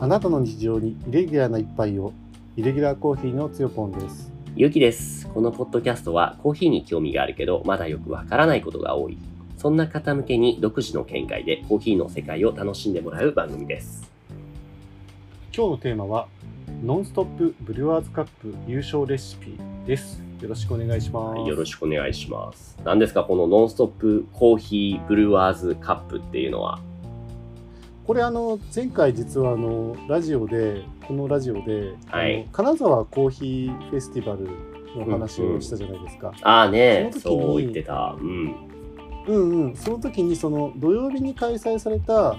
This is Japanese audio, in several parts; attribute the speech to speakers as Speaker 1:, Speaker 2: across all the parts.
Speaker 1: あなたの日常にイレギュラーな一杯をイレギュラーコーヒーのつよぽんです
Speaker 2: ゆきです。このポッドキャストはコーヒーに興味があるけど、まだよくわからないことが多い。そんな方向けに独自の見解でコーヒーの世界を楽しんでもらう番組です。
Speaker 1: 今日のテーマはノンストップブリュワーズカップ優勝レシピですよろしくお願いします、
Speaker 2: はい、よろしくお願いします。何ですかこのノンストップコーヒーブルワーズカップっていうのは。
Speaker 1: これあの前回実はあのラジオでこのラジオで、
Speaker 2: はい
Speaker 1: あの金沢コーヒーフェスティバルの話をしたじゃないですか、
Speaker 2: ああね、
Speaker 1: その時に
Speaker 2: そう言ってた。うん。
Speaker 1: うんうん、その時にその土曜日に開催された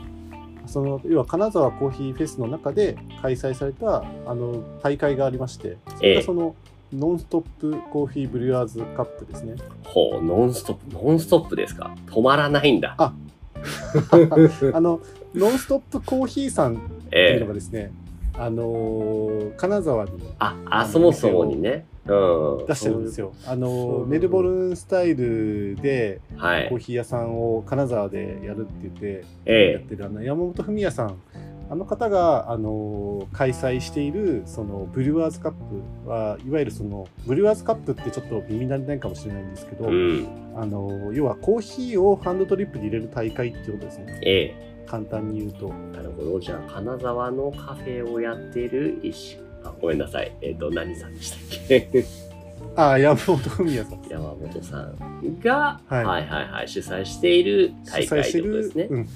Speaker 1: その要は金沢コーヒーフェスの中で開催されたあの大会がありましてそれ
Speaker 2: え
Speaker 1: が
Speaker 2: え
Speaker 1: その、ノンストップコーヒーブリュワーズカップですね
Speaker 2: ほう、ノンストップ、ノンストップですか止まらないんだ
Speaker 1: あ。あのノンストップコーヒーさんっていう
Speaker 2: え
Speaker 1: の
Speaker 2: え
Speaker 1: がですね、あのー金沢に
Speaker 2: あ、あ、そもそもにね。うん。
Speaker 1: 出してるんですよ、あ
Speaker 2: そう
Speaker 1: の
Speaker 2: いう
Speaker 1: メルボルンスタイルで
Speaker 2: はい
Speaker 1: コー。ヒー屋さんを金沢でやるって言ってやっ
Speaker 2: ええ
Speaker 1: てるあの山本文也さんあの方が、あの開催しているそのブリュワーズカップはいわゆるそのブリュワーズカップってちょっと耳慣れないかもしれないんですけど、
Speaker 2: うん。
Speaker 1: あの要はコーヒーをハンドトリップに入れる大会っていうことですね
Speaker 2: ええ
Speaker 1: 簡単に言うと
Speaker 2: なるほど。じゃあ、金沢のカフェをやってる石あごめんなさい。えっ、と、何さんでしたっけ
Speaker 1: ああ山本文也さん
Speaker 2: 山本さんが、
Speaker 1: は
Speaker 2: はいい、はいはいはい主催している大会ってことですね。
Speaker 1: うん、ち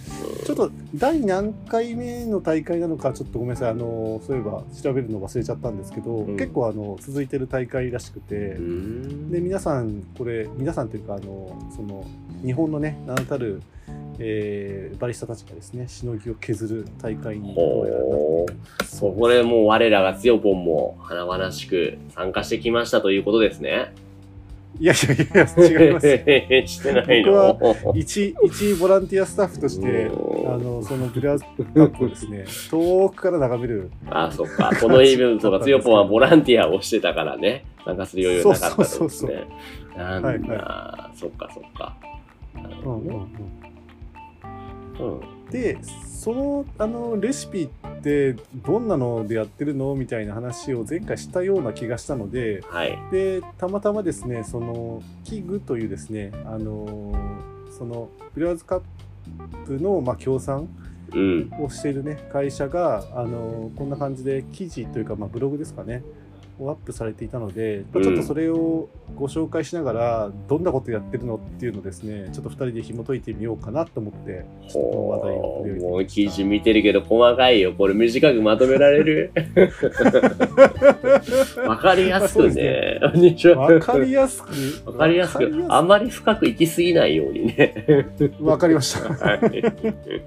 Speaker 1: ょっと第何回目の大会なのかちょっとごめんなさいあのそういえば調べるの忘れちゃったんですけど、
Speaker 2: ん
Speaker 1: 結構あの続いてる大会らしくて、
Speaker 2: うんうん
Speaker 1: で皆さんこれ皆さんというかあのその日本のね名だたる、えーバリスタたちがですねしのぎを削る大会にどうやらなっ
Speaker 2: ほ
Speaker 1: ていく
Speaker 2: うそこでもう我らが強ポンも華々しく参加してきましたということですね。
Speaker 1: いやいやいや違います
Speaker 2: してないの
Speaker 1: 一一ボランティアスタッフとして
Speaker 2: うん
Speaker 1: あのそのブラズカップをです ね遠くから眺める
Speaker 2: あ、そっか。このイベントとか、つよぽんはボランティアをしてたからね、参加する余裕なかったんです
Speaker 1: そ
Speaker 2: ね。
Speaker 1: うそうそうそ
Speaker 2: なんだ、
Speaker 1: はい
Speaker 2: そっかそっか。なる
Speaker 1: う
Speaker 2: ほ
Speaker 1: んうん
Speaker 2: どね
Speaker 1: うん
Speaker 2: うん
Speaker 1: でそのあのレシピってどんなのでやってるのみたいな話を前回したような気がしたので、
Speaker 2: はい。
Speaker 1: でたまたまですねその器具というですねあのーそのブリュワーズカップの、まあ、協賛
Speaker 2: うん。
Speaker 1: をしているね会社が、あのーこんな感じで記事というか、まあ、ブログですかねをアップされていたので、まあちょっとそれをご紹介しながら、どんなことやってるのっていうのをですねちょっと2人で紐解いてみようかなと思っ てちょっとこの話題を
Speaker 2: ほ
Speaker 1: 取
Speaker 2: う
Speaker 1: り
Speaker 2: も
Speaker 1: 上げ
Speaker 2: う
Speaker 1: てみ
Speaker 2: 記
Speaker 1: ま
Speaker 2: 事見てるけど細かいよ。これ短くまとめられ るわかりやすくね。
Speaker 1: したわかりやすく
Speaker 2: わかりやすく、あんまり深く行きすぎないようにね。
Speaker 1: わかりました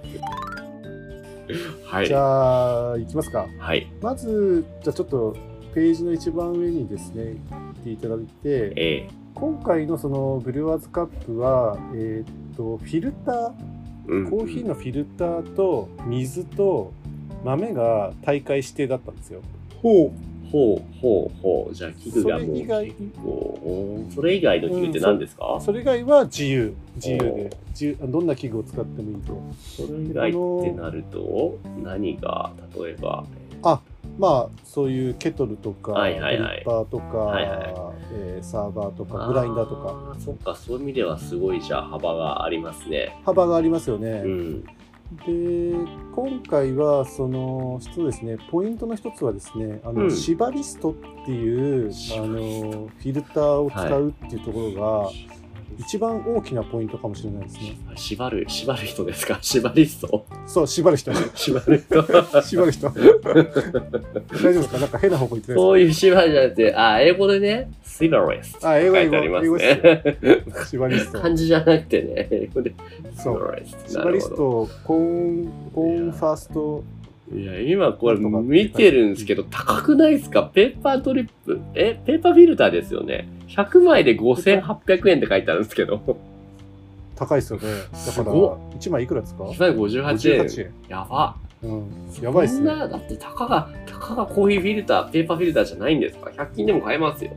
Speaker 2: はい。
Speaker 1: じ
Speaker 2: はい。
Speaker 1: ゃあいきますか
Speaker 2: はい。
Speaker 1: まず、じゃあちょっとページの一番上にですね、行っていただいて、
Speaker 2: え
Speaker 1: 今回のそのブリュワーズカップは、えーっと、フィルター、
Speaker 2: ーうん
Speaker 1: コーヒーのフィルターと水と豆が大会指定だったんですよ。
Speaker 2: ほうほうほうほうじゃあ器具
Speaker 1: そ
Speaker 2: が
Speaker 1: れ
Speaker 2: もう
Speaker 1: 以外、
Speaker 2: おーそれ以外の器具って何ですか、そ
Speaker 1: それ以外は自由、自由
Speaker 2: お
Speaker 1: で
Speaker 2: う、
Speaker 1: 自由どんな器具を使ってもいいと。
Speaker 2: れ以外ってなると何が例えば
Speaker 1: まあ、そういうケトルとか、
Speaker 2: はいはいはい
Speaker 1: ドリッパーとか、
Speaker 2: はいはい
Speaker 1: えーサーバーとか、グラインダーとか、
Speaker 2: あーそっかそういう意味ではすごいじゃあ幅がありますね
Speaker 1: 幅がありますよね。
Speaker 2: うん
Speaker 1: で今回はそのそうですねポイントの一つはですねあの、
Speaker 2: うん
Speaker 1: シバリストっていうあ
Speaker 2: シバ
Speaker 1: のフィルターを使うっていうところが、一番大きなポイントかもしれないですね
Speaker 2: 縛る縛る人ですか縛り人
Speaker 1: そう縛る 人
Speaker 2: 縛る人
Speaker 1: 縛る人大丈夫ですかなんか変な方向行ってない
Speaker 2: そういう縛るじゃなくてあー英語でねシバリスト
Speaker 1: あ英語
Speaker 2: 書いてあります
Speaker 1: 英語
Speaker 2: ね
Speaker 1: ですよ縛リスト
Speaker 2: 漢字じゃなくてね英語で
Speaker 1: そう
Speaker 2: Cibarist
Speaker 1: シ
Speaker 2: な
Speaker 1: バ
Speaker 2: る
Speaker 1: リ
Speaker 2: ほ
Speaker 1: ス
Speaker 2: ど
Speaker 1: トコーンコーンファースト
Speaker 2: いや、今これ見てるんですけど、高くないですかペーパートリップ。え、ペーパーフィルターですよね。100枚で5800円って書いてあるんですけど、
Speaker 1: 高いですよねだ
Speaker 2: す
Speaker 1: から
Speaker 2: ご
Speaker 1: 1枚いくらですか
Speaker 2: 58円。
Speaker 1: 58円、
Speaker 2: やば。
Speaker 1: うん、やばいです
Speaker 2: そん
Speaker 1: ね
Speaker 2: な、だってたかが、たかがコーヒーフィルター、ペーパーフィルターじゃないんですか ?100 均でも買えますよ。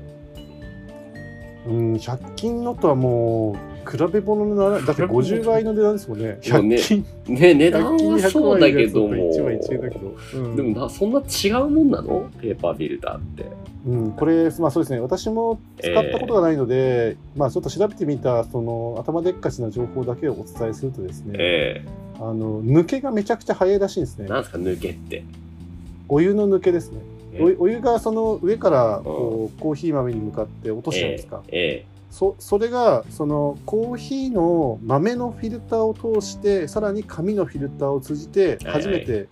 Speaker 1: うん、100均のとはもう比べ物のなだって50倍の値段ですもんね。
Speaker 2: そうね
Speaker 1: 100均、
Speaker 2: ね値段
Speaker 1: 100均
Speaker 2: は
Speaker 1: 200
Speaker 2: そう
Speaker 1: 万
Speaker 2: だ
Speaker 1: 円の
Speaker 2: け
Speaker 1: やつだと
Speaker 2: ども
Speaker 1: 1万1円だけど。うん
Speaker 2: でもなそんな違うもんなのペーパーフィルターって
Speaker 1: うん、これ、まあそうですね、私も使ったことがないので、まあちょっと調べてみた、その頭でっかちな情報だけをお伝えするとですね、
Speaker 2: ええ
Speaker 1: あの抜けがめちゃくちゃ早いらしいんですね。
Speaker 2: なんですか抜けって
Speaker 1: お湯の抜けですね。
Speaker 2: え
Speaker 1: おお湯がその上からこうコーヒー豆に向かって落としちゃうんですか。
Speaker 2: え
Speaker 1: そそれがそのコーヒーの豆のフィルターを通してさらに紙のフィルターを通じて
Speaker 2: はいはい
Speaker 1: 初めて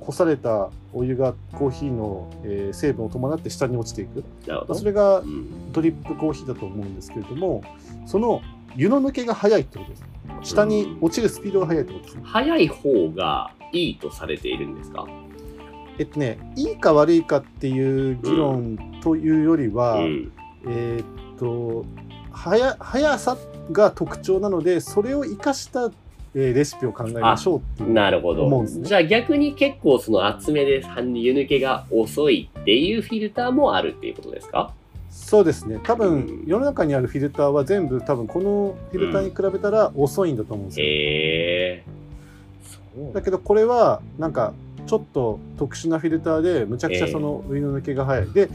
Speaker 1: こされたお湯がコーヒーの、えー成分を伴って下に落ちていく、
Speaker 2: えなる
Speaker 1: まあ
Speaker 2: ほど
Speaker 1: それが
Speaker 2: うん
Speaker 1: ドリップコーヒーだと思うんですけれどもその湯の抜けが早いってことです下に落ちるスピードが速いってことです、
Speaker 2: 早い方がいいとされているんですか
Speaker 1: えっとねいいか悪いかっていう議論というよりは、
Speaker 2: うん
Speaker 1: えーっと速速さが特徴なのでそれを生かした、えーレシピを考えましょうっていう
Speaker 2: なるほど、
Speaker 1: 思うんですね
Speaker 2: じゃあ逆に結構その厚めで湯抜けが遅いっていうフィルターもあるっていうことですか
Speaker 1: そうですね多
Speaker 2: うん
Speaker 1: 分世の中にあるフィルターは全部多分このフィルターに比べたら遅いんだと思うんですよ、
Speaker 2: へえそう
Speaker 1: だけどこれはなんかちょっと特殊なフィルターでむちゃくちゃその上の抜けが速い、で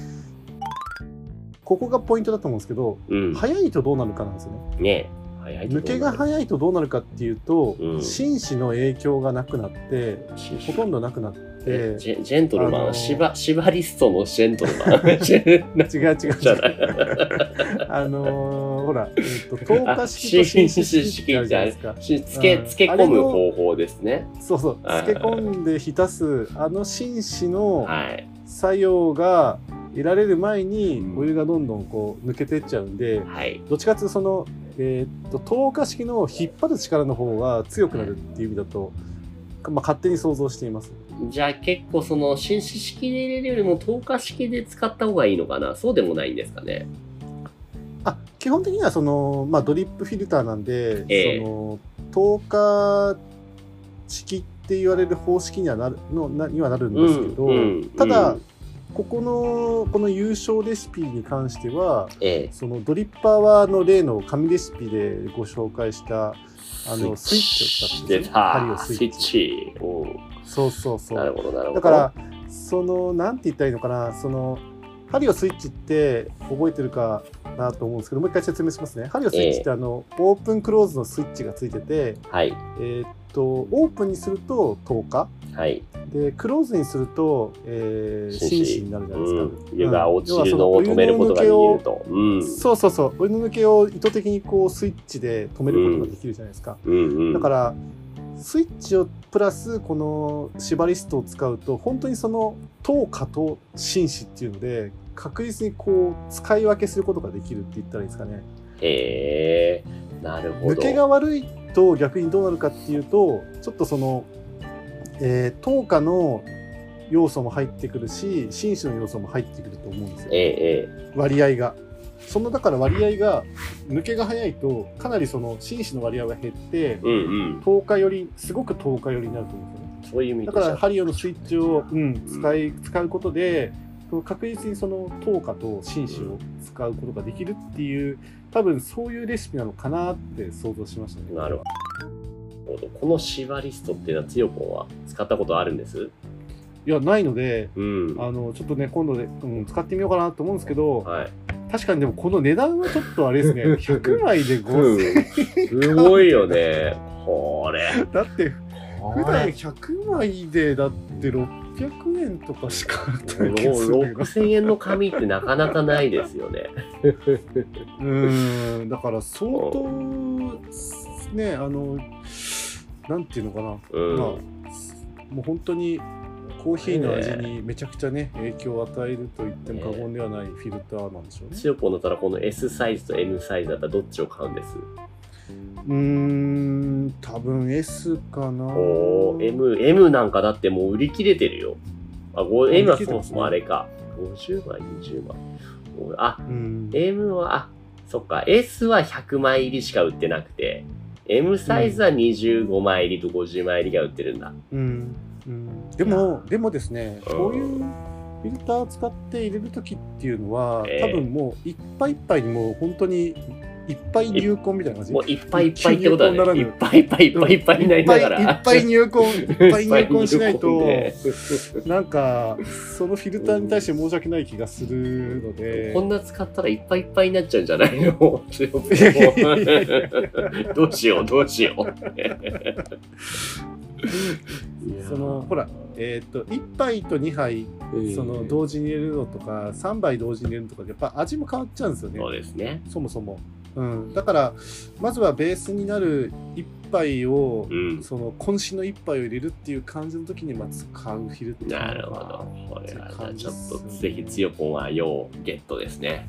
Speaker 1: ここがポイントだと思うんですけど
Speaker 2: うん
Speaker 1: 速いとどうなるかなんですよね
Speaker 2: ねえ早い
Speaker 1: 抜けが速いとどうなるかっていうと、
Speaker 2: うん
Speaker 1: 紳士の影響がなくなって
Speaker 2: い
Speaker 1: ほとんどなくなって
Speaker 2: ジェジェントルマン、
Speaker 1: あのー
Speaker 2: シバシバリストのジェントルマンジェン
Speaker 1: 違う違う違
Speaker 2: じゃ
Speaker 1: う。あのー、ほら、えっ、と、透過式
Speaker 2: あ
Speaker 1: と
Speaker 2: し
Speaker 1: 浸出式ってあるじゃないですか。
Speaker 2: しつけ
Speaker 1: うん
Speaker 2: つけ込む方法ですね
Speaker 1: そうそう、
Speaker 2: あー
Speaker 1: 漬け込んで浸す、あの紳士の
Speaker 2: はい
Speaker 1: 作用が得られる前に
Speaker 2: うん、
Speaker 1: お湯がどんどんこう抜けてっちゃうんで、
Speaker 2: はい
Speaker 1: どっちかっていうと、その、えっ、と、透過式の引っ張る力の方が強くなるっていう意味だと、まあ、勝手に想像しています。
Speaker 2: じゃあ結構その紳士式で入れるよりも透過式で使った方がいいのかなそうでもないんですかね
Speaker 1: あ基本的にはその、まあ、ドリップフィルターなんで、
Speaker 2: ええ
Speaker 1: その透過式って言われる方式にはなるのなにはなるんですけど、ただ、
Speaker 2: うん
Speaker 1: ここのこの優勝レシピに関しては
Speaker 2: ええ
Speaker 1: そのドリッパーはあの例の紙レシピでご紹介したあのスイッチを使って
Speaker 2: 出
Speaker 1: ですね針
Speaker 2: た
Speaker 1: を
Speaker 2: ス
Speaker 1: ス
Speaker 2: イ
Speaker 1: イッ
Speaker 2: ッ
Speaker 1: チ
Speaker 2: チう
Speaker 1: そうそうそ
Speaker 2: ん
Speaker 1: う
Speaker 2: なるほどなるほ
Speaker 1: だ
Speaker 2: ど
Speaker 1: からそのなんて言ったらいいのかなその針をスイッチって覚えてるかなと思うんですけどもう一回説明しますね針をスイッチってあの、オープンクローズのスイッチがついてて
Speaker 2: はい
Speaker 1: えーっとオープンにすると10日
Speaker 2: はい、
Speaker 1: でクローズにすると、えー、
Speaker 2: 紳士
Speaker 1: 紳士になるじゃないですか、
Speaker 2: うん、湯が落ちるのを
Speaker 1: 要
Speaker 2: 止
Speaker 1: はその
Speaker 2: めることができるとうん
Speaker 1: そうそうそうお湯の抜けを意図的にこうスイッチで止めることができるじゃないですか、
Speaker 2: うんうん
Speaker 1: だからスイッチをプラスこの縛りストを使うと本当にその等価と紳士っていうので確実にこう使い分けすることができるって言ったらいいですかね
Speaker 2: へえなるほど
Speaker 1: 抜けが悪いと逆にどうなるかっていうとちょっとその、えー、等価の要素も入ってくるし紳士の要素も入ってくると思うんですよ
Speaker 2: えええ
Speaker 1: 割合がそのだから割合が抜けが早いとかなりその紳士の割合が減って
Speaker 2: えうん
Speaker 1: 10日よりすごく10日よりになると思うんですよね
Speaker 2: うんそういう意味
Speaker 1: だ
Speaker 2: で
Speaker 1: からハリオのスイッチを、うん、使い使うことでその確実にその10日と紳士を使うことができるっていう多分そういうレシピなのかなって想像しましたね。
Speaker 2: なるほどこのシバリストっていうのはつよぽんは使ったことあるんです
Speaker 1: いやないので
Speaker 2: うん
Speaker 1: あのちょっとね今度で、うん、使ってみようかなと思うんですけど
Speaker 2: はい
Speaker 1: 確かにでもこの値段はちょっとあれですね100枚で
Speaker 2: う
Speaker 1: 5000
Speaker 2: んすごいよねこれ
Speaker 1: だって普
Speaker 2: こ
Speaker 1: 段
Speaker 2: れ
Speaker 1: 100枚でだって600円とかしかあったりするんだけど
Speaker 2: 6000円の紙ってなかなかないですよね。
Speaker 1: うーんだから相当ねあのなんていうのかな、
Speaker 2: うん
Speaker 1: まあもう本当にコーヒーの味にめちゃくちゃね影響を与えると言っても過言ではないフィルターなんでしょうね。
Speaker 2: つよぽんだったらこの S サイズと M サイズだったらどっちを買うんです
Speaker 1: うーん多分 S かな。
Speaker 2: おー M, M なんかだってもう売り切れてるよ。あ、ご M はそもそもあれか。50枚、20枚。おあ、
Speaker 1: うん、
Speaker 2: M は、あ、そっか、S は100枚入りしか売ってなくて、M サイズは25枚入りと50枚入りが売ってるんだ。
Speaker 1: うんうん、でもでもですね
Speaker 2: うん
Speaker 1: こういうフィルターを使って入れる時っていうのは
Speaker 2: ええ
Speaker 1: 多分もういっぱいいっぱいにもう本当にいっぱい入婚みたいな感じ
Speaker 2: もういっぱいいっぱいってこと
Speaker 1: 急にこうな
Speaker 2: だ
Speaker 1: ら
Speaker 2: ね。
Speaker 1: ぬ
Speaker 2: いっぱいいっぱいいっぱいいっぱいになりながら。
Speaker 1: いっぱいいっぱい入婚 いっぱい入婚しないと
Speaker 2: いっ
Speaker 1: なんかそのフィルターに対して申し訳ない気がするの
Speaker 2: ぱい入婚で
Speaker 1: で
Speaker 2: こんな使ったらいっぱいいっぱいになっちゃうんじゃないの本当にも
Speaker 1: いやいやいやいや
Speaker 2: うどうしようどうしよう。
Speaker 1: そのほらえーっと1杯と2杯
Speaker 2: うん
Speaker 1: その同時に入れるのとか3杯同時に入れるのとかでやっぱ味も変わっちゃうんですよね
Speaker 2: そうですね。
Speaker 1: そもそも、うん、だからまずはベースになる1杯を
Speaker 2: うん。
Speaker 1: その渾身の一杯を入れるっていう感じの時にまあ使うフィルター
Speaker 2: なるほど。これはちょっとぜひ強ポンは要ゲットですね。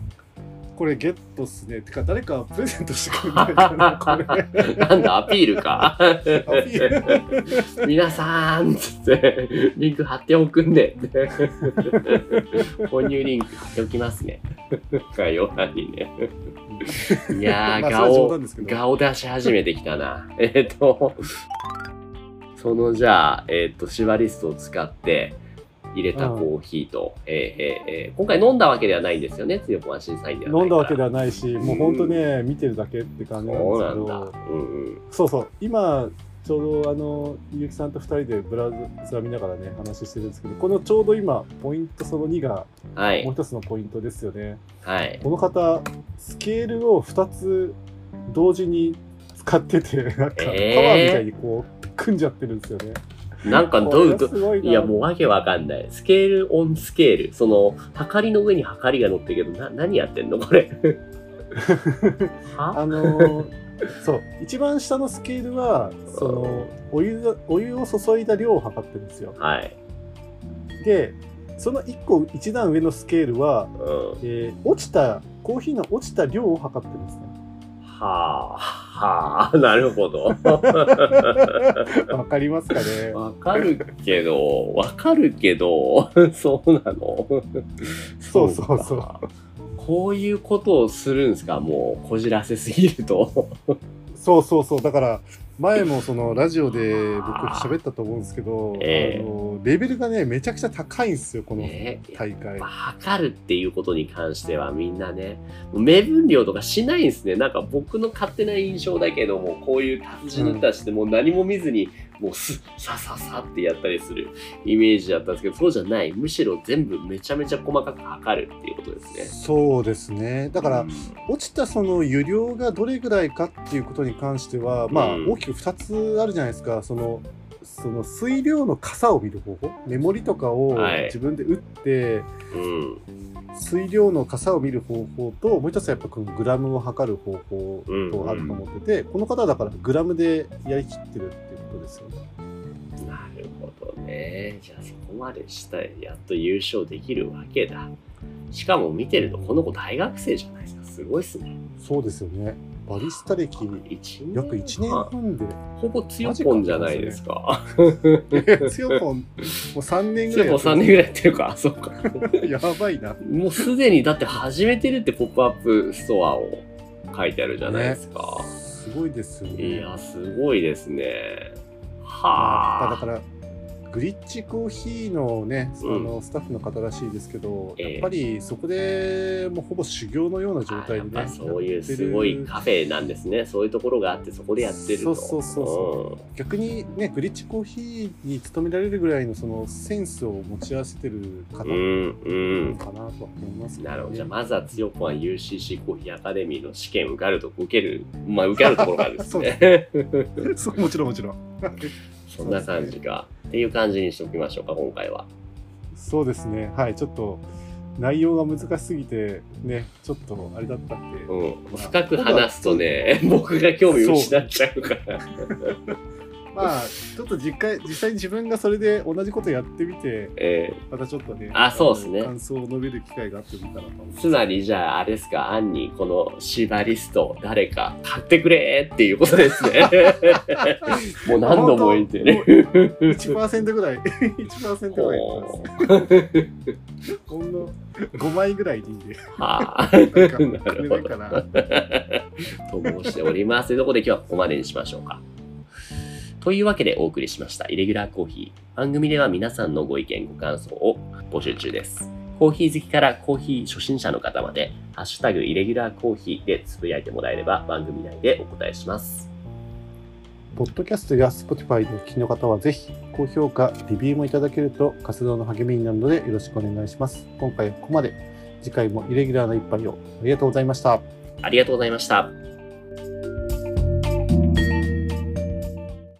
Speaker 1: これゲットっすねてか誰かプレゼントしてくれ ないかなこれ
Speaker 2: なんだアピールか。
Speaker 1: アピール
Speaker 2: 皆さんっつってリンク貼っておくんで購入リンク貼っておきますね概要欄にねいやー
Speaker 1: まあそれは冗
Speaker 2: 顔
Speaker 1: 談ですけど
Speaker 2: 顔出し始めてきたなえっ、とそのじゃあえっ、とシバリストを使って入れたコーヒーと、えーえーえー今回飲んだわけではないんですよね強くは審査員ではない
Speaker 1: 飲んだわけで
Speaker 2: は
Speaker 1: はないしもうほんとね見てるだけって感じなんで
Speaker 2: そう
Speaker 1: す
Speaker 2: な
Speaker 1: け
Speaker 2: んだ
Speaker 1: ど
Speaker 2: うんうん
Speaker 1: そうそう今ちょうどあのゆうきさんと2人でブラウザ見ながらね話してるんですけどこのちょうど今ポイントその2が
Speaker 2: は
Speaker 1: もう
Speaker 2: い
Speaker 1: 一つのポイントですよね
Speaker 2: はい
Speaker 1: この方スケールを2つ同時に使ってて なんかパワーみ
Speaker 2: えー
Speaker 1: たいにこう組んじゃってるんですよね。
Speaker 2: なんかどうど
Speaker 1: これすごいない
Speaker 2: やもうわけわかんない。スケールオンスケール。その、はかりの上にはかりが乗ってるけど、な、何やってんの これ。は
Speaker 1: あのーそう一番下のスケールはそのお湯がお湯を注いだ量を測ってるんですよ。
Speaker 2: はい。
Speaker 1: でその1個1段上のスケールは、
Speaker 2: うん。は
Speaker 1: えー落ちたコーヒーの落ちた量を測ってるんですね。
Speaker 2: あ、はあ、なるほど。
Speaker 1: わかりますかね。
Speaker 2: わかるけど、わかるけど、そうなの
Speaker 1: そうそうそう
Speaker 2: かこういうことをするんですかもう、こじらせすぎると。
Speaker 1: そうそうそうだから前もそのラジオで僕喋ったと思うんですけど、
Speaker 2: ええ
Speaker 1: あのレベルがねめちゃくちゃ高いんですよこの
Speaker 2: ねえ
Speaker 1: 大会、
Speaker 2: 測るっていうことに関してはみんなね、目分量とかしないんですね。なんか僕の勝手な印象だけども、こういう達人の人たちってもう何も見ずに、もうす、さささってやったりするイメージだったんですけど、そうじゃない。むしろ全部めちゃめちゃ細かく測るっていうことですね。
Speaker 1: そうですねだ
Speaker 2: だ
Speaker 1: から、落ちたその湯量がどれぐらいかっていうことに関してはまあ
Speaker 2: うん
Speaker 1: 大きく2つあるじゃないですかそのその水量の傘を見る方法メモリとかを
Speaker 2: はい
Speaker 1: 自分で打って、
Speaker 2: うん、
Speaker 1: 水量の傘を見る方法ともう一つはやっぱこのグラムを測る方法とあると思ってて、この方はだからグラムでやりきってるっていうことですよね。
Speaker 2: なるほどね。じゃあそこまでしたらやっと優勝できるわけだ。しかも見てると、この子大学生じゃないですか。すごいっすね。
Speaker 1: そうですよね。バリスタ歴
Speaker 2: 一年
Speaker 1: 約1年半で、
Speaker 2: ほぼ強ポンじゃないですか。
Speaker 1: 強ポンもう3年ぐ
Speaker 2: 強
Speaker 1: らい
Speaker 2: ポン3年ぐらいやってるか、そうか。
Speaker 1: やばいな。
Speaker 2: もうすでにだって始めてるってポップアップストアを書いてあるじゃないですか。
Speaker 1: ねすごいですよね。
Speaker 2: いや、すごいですね。
Speaker 1: まあ
Speaker 2: は
Speaker 1: だ
Speaker 2: あ。
Speaker 1: からグリッチコーヒーのね、
Speaker 2: うん
Speaker 1: あのスタッフの方らしいですけど、
Speaker 2: ええ
Speaker 1: やっぱりそこでもうほぼ修行のような状態
Speaker 2: やっ
Speaker 1: で
Speaker 2: ぱ
Speaker 1: ね、
Speaker 2: そうい
Speaker 1: や
Speaker 2: う
Speaker 1: ってる
Speaker 2: すごいカフェなんですね。そういうところがあってそこでやってる
Speaker 1: そ
Speaker 2: と。
Speaker 1: うそうそうそ逆にねグリッチコーヒーに勤められるぐらいのそのセンスを持ち合わせてる方
Speaker 2: うん。
Speaker 1: な
Speaker 2: う
Speaker 1: の
Speaker 2: ん、
Speaker 1: かなとは思いますけ
Speaker 2: う
Speaker 1: どね
Speaker 2: ん。なるほど。じゃあまずは強ポンは UCC コーヒーアカデミーの試験受かるとこ、受ける、まあ受かるところ からですね。
Speaker 1: そうもちろんもちろん
Speaker 2: そんな感じか。っていう感じにしておきましょうか、今回は。
Speaker 1: そうですねはいちょっと内容が難しすぎてねちょっとあれだったんで、
Speaker 2: うん、深く話すとね、僕が興味失っちゃうから。
Speaker 1: まあちょっと実際実際に自分がそれで同じことやってみて
Speaker 2: え
Speaker 1: またちょっとね
Speaker 2: あそうですね
Speaker 1: あの感想を述べる機会があってもいいかなと思い
Speaker 2: ー
Speaker 1: ます
Speaker 2: つまりじゃあ、あれですか、アンにこのシバリスト、誰か買ってくれっていうことですね。もう何度も言ってね。
Speaker 1: 1%ぐらい1%ぐらい言って
Speaker 2: こ
Speaker 1: ますほんの5枚ぐらいでいいんで
Speaker 2: う はあ、
Speaker 1: なんか
Speaker 2: なるほ
Speaker 1: くれないかな
Speaker 2: ど。 と申しております。ということで今日はここまでにしましょうか。というわけでお送りしました、イレギュラーコーヒー。番組では皆さんのご意見、ご感想を募集中です。コーヒー好きからコーヒー初心者の方まで、ハッシュタグイレギュラーコーヒーでつぶやいてもらえれば番組内でお答えします。
Speaker 1: ポッドキャストや Spotify でお聞きの方はぜひ高評価、レビューもいただけると活動の励みになるのでよろしくお願いします。今回はここまで。次回もイレギュラーな一杯をありがとうございました。
Speaker 2: ありがとうございました。